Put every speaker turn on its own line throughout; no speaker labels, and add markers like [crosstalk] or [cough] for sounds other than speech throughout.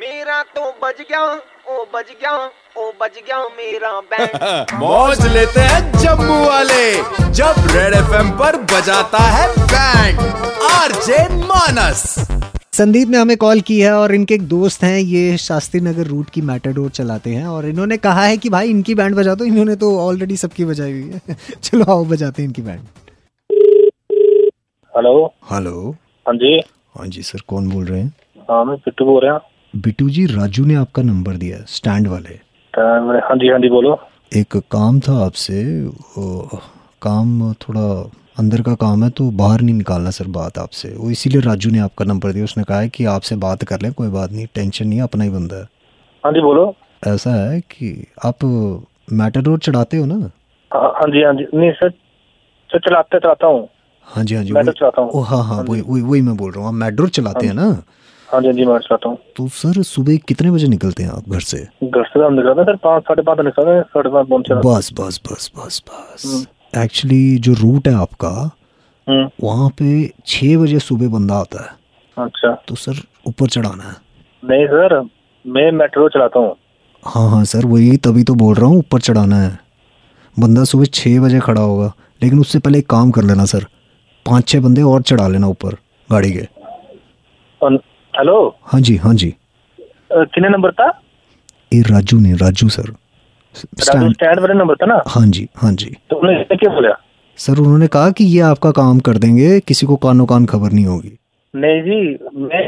मेरा तो बज गया ओ बज गया ओ बज गया मेरा बैंड
मौज लेते हैं जम्मू वाले जब रेड एफएम पर बजाता है बैंड आरजे मानस
संदीप ने हमें कॉल की है और इनके एक दोस्त हैं ये शास्त्री नगर रूट की मैटाडोर चलाते हैं और इन्होंने कहा है कि भाई इनकी बैंड बजा दो इन्होंने तो ऑलरेडी सबकी बजाई हुई है [laughs] चलो आओ बजाते हैं इनकी बैंड
हेलो
हेलो
हाँ जी
हाँ जी सर कौन बोल रहे हैं
हाँ मैं पिट्टू बोल रहा
बिटू जी राजू ने आपका नंबर दिया स्टैंड वाले
हूँ हाँ जी हाँ जी बोलो
एक काम था आपसे वो काम थोड़ा अंदर का काम है तो बाहर नहीं निकालना सर बात आपसे वो इसीलिए राजू ने आपका नंबर दिया उसने कहा है कि आपसे बात कर लें कोई बात नहीं टेंशन नहीं है, अपना ही बंदा है
हाँ जी बोलो
ऐसा है कि आप मैटाडोर चढ़ाते हो ना
हाँ हाँ जी हाँ जी नहीं सर सर चलाते चलाता हूँ
हाँ जी हाँ जी
Matador
वही-
चलाता हूँ।
ओ हाँ हाँ वही वही वही मैं बोल रहा हूँ आप मैटाडोर चलाते हैं ना
हाँ जी हाँ जी मैं चलाता हूँ
तो सर सुबह कितने बजे निकलते हैं आप घर से
घर से हम निकलते हैं सर पाँच साढ़े पाँच निकलते हैं साढ़े पाँच पहुँचे
बस बस बस बस बस एक्चुअली जो रूट है आपका
हम्म
वहाँ पे छः बजे सुबह बंदा आता है
अच्छा
तो सर ऊपर चढ़ाना है
नहीं सर मैं मेट्रो चलाता हूँ
हाँ हाँ सर वही तभी तो बोल रहा हूँ ऊपर चढ़ाना है बंदा सुबह छः बजे खड़ा होगा लेकिन उससे पहले एक काम कर लेना सर पाँच छः बंदे और चढ़ा लेना ऊपर गाड़ी के
और- हेलो
हाँ जी हाँ जी
अ, कितने नंबर था
ये राजू ने Raju sir
Raju
stand
stand वाले नंबर था ना
हाँ जी हाँ जी
तो उन्होंने क्या बोला
सर उन्होंने कहा कि ये आपका काम कर देंगे किसी को कानो कान खबर नहीं होगी
नहीं जी मैं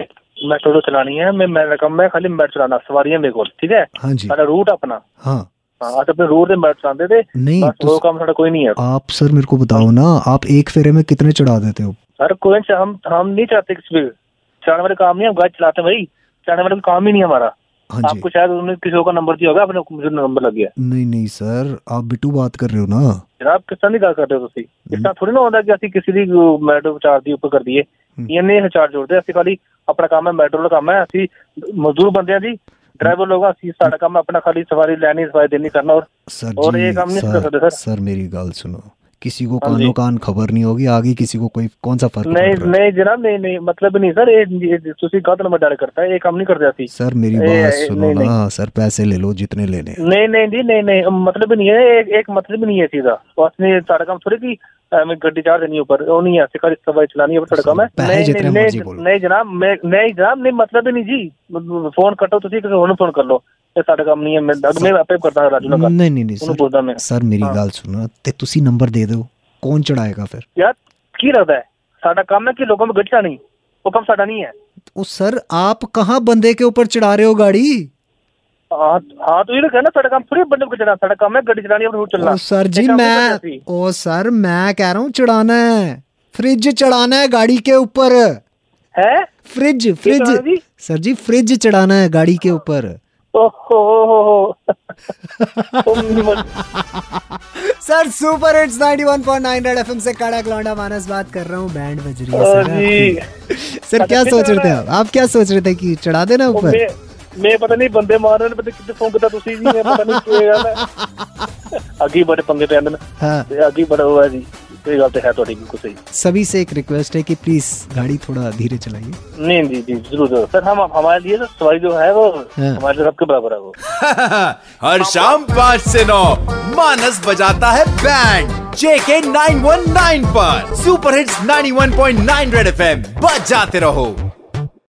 मेट्रो चलानी है मैं मेरा काम मैं खाली मैट चलाना सवारियां मेरे कोल ठीक है
हाँ जी
साढ़ा रूट अपना
हाँ
हाँ अस अपने रूट से मैट चलाते थे
नहीं
बस
तो
वो काम साढ़ा कोई नहीं है
आप सर मेरे को बताओ ना आप एक फेरे में कितने चढ़ा देते हो
सर कोई नहीं, हम हम नहीं चाहते किसी पे चलाने वाले काम नहीं हम गाड़ी चलाते हैं भाई चलाने वाले का काम ही नहीं हमारा
हाँ जी
आपको शायद उन्होंने किसी और का नंबर दिया होगा अपने को मुझे नंबर लग गया
नहीं नहीं सर आप बिटू बात कर रहे हो ना
जनाब किस तरह की गल कर रहे हो तुसी
हम्म।
इस तरह थोड़ी ना होंदा कि ਅਸੀਂ ਕਿਸੇ ਦੀ ਮੈਟਰ ਚਾਰ ਦੀ ਉੱਪਰ ਕਰ ਦਈਏ
ਹਮ।
ਇਹਨੇ ਚਾਰ ਜੋੜਦੇ ਅਸੀਂ ਖਾਲੀ ਆਪਣਾ ਕੰਮ ਹੈ ਮੈਟਰ ਦਾ ਕੰਮ ਹੈ ਅਸੀਂ ਮਜ਼ਦੂਰ ਬੰਦਿਆਂ ਦੀ ਡਰਾਈਵਰ ਲੋਕਾਂ ਅਸੀਂ ਸਾਡਾ ਕੰਮ ਆਪਣਾ ਖਾਲੀ ਸਵਾਰੀ ਲੈਣੀ ਸਵਾਰੀ ਦੇਣੀ ਕਰਨਾ ਔਰ
सर
और
जी
ये काम नहीं कर
सर
सकते, सर।
सर मेरी गाल सुनो किसी को
हाँ जी।
कानो कान खबर नहीं होगी आगे किसी को कोई कौन सा फर्क पड़
ਨਹੀਂ
रहा है
ਨਹੀਂ ਜਨਾਬ ਨਹੀਂ ਨਹੀਂ ਮਤਲਬ ਨਹੀਂ ਸਰ ਇਹ ਤੁਸੀਂ ਗਲਤ ਨੰਬਰ ਡਾਇਲ ਕਰਤਾ ਇਹ ਕੰਮ ਨਹੀਂ ਕਰਦੇ ਅਸੀਂ
सर मेरी
ए,
बात
ए,
सुनो
नहीं, नहीं।
ना सर पैसे ले लो जितने लेने हैं।
नहीं नहीं जी नहीं नहीं मतलब ही नहीं है एक, एक मतलब ही नहीं है सीधा उसने सारा काम थोड़ी की हमें गड्डी चार देनी है ऊपर वो नहीं है ऐसे खाली सवारी चलानी है सारा काम है
पैसे
नहीं
जितने
नहीं
मर्जी
नहीं
बोलो।
नहीं जनाब मैं नहीं जनाब नहीं मतलब ही नहीं जी फोन कटो ਤੁਸੀਂ ਕਿਸੇ ਹੋਰ ਨੂੰ ਫੋਨ ਕਰ ਲਓ ਇਹ ਸਾਡਾ ਕੰਮ ਨਹੀਂ ਹੈ ਮੈਂ ਦੱਗ ਮੈਂ ਆਪੇ ਕਰਦਾ ਰਾਜੂ ਨਾਲ ਗੱਲ
नहीं नहीं नहीं
ਉਹਨੂੰ
सर
ਬੋਲਦਾ ਮੈਂ
सर मेरी
हाँ।
गाल सुनो ते तुसी नंबर दे दो कौन चढ़ाएगा फिर
ਯਾਰ ਕੀ ਲੱਗਦਾ ਹੈ ਸਾਡਾ ਕੰਮ ਹੈ ਕਿ ਲੋਕਾਂ ਨੂੰ ਗੱਡੀ ਚਲਾਣੀ ਉਹ ਕੰਮ ਸਾਡਾ ਨਹੀਂ ਹੈ
ओ सर आप कहाँ बंदे के ऊपर चढ़ा रहे हो गाड़ी
ਹਾਂ ਹਾਂ ਤੂੰ ਇਹ ਕਹਿੰਦਾ ਸਾਡਾ ਕੰਮ ਥੋੜੀ ਬੰਦੇ ਨੂੰ ਗੱਡੀ ਸਾਡਾ ਕੰਮ ਹੈ ਗੱਡੀ ਚਲਾਣੀ ਔਰ ਰੂਟ ਚੱਲਣਾ
ओ सर जी मैं ओ सर मैं कह रहा हूँ चढ़ाना है फ्रिज चढ़ाना है गाड़ी के ऊपर
ਹੈ
फ्रिज
चढ़ाना
फ्रिज
जी?
सर जी फ्रिज चढ़ाना है गाड़ी के ऊपर
ਓਹੋ ਹੋ ਹੋ
[laughs]
ਹੋ ਉਹ ਮੈਨੂੰ
sir super hits 91.9 red FM से कड़ा लौंडा मानस बात कर रहा हूँ बैंड बज रही है
ओ
सर
जी
आपकी। सर क्या
अच्छा,
सोच रहे थे
चढ़ाना
आप आप क्या सोच रहे थे कि चढ़ा देना
ਉਹ
ऊपर
ਮੈਂ ਮੈਂ ਪਤਾ ਨਹੀਂ ਬੰਦੇ ਮਾਰ ਰਹੇ ਨੇ ਪਤਾ ਕਿੱਥੇ ਫੋਨ ਕੀਤਾ ਤੁਸੀਂ ਜੀ ਮੈਂ ਪਤਾ ਨਹੀਂ ਕੀ ਗੱਲ ਹੈ
[laughs]
ਅੱਗੇ ਹੀ ਬੜੇ ਪੰਗੇ ਪੈਂਦੇ ਨੇ
हाँ
ਤੇ ਅੱਗੇ ਹੀ ਬੜਾ ਹੋਇਆ ਜੀ ਇਹ ਗੱਲ ਤੇ ਹੈ ਤੁਹਾਡੀ ਬਿਲਕੁਲ ਸਹੀ
सभी से एक रिक्वेस्ट है कि प्लीज गाड़ी थोड़ा धीरे चलाइए
नहीं जी जी जरूर जरूर सर हम हमारे लिए तो सवारी जो है वो
हाँ।
हमारे लिए सबके बराबर है वो
[laughs] हर शाम पाँच से नौ मानस बजाता है band JK nine one nine पर सुपर हिट्स 91.9 रेड एफएम बजाते रहो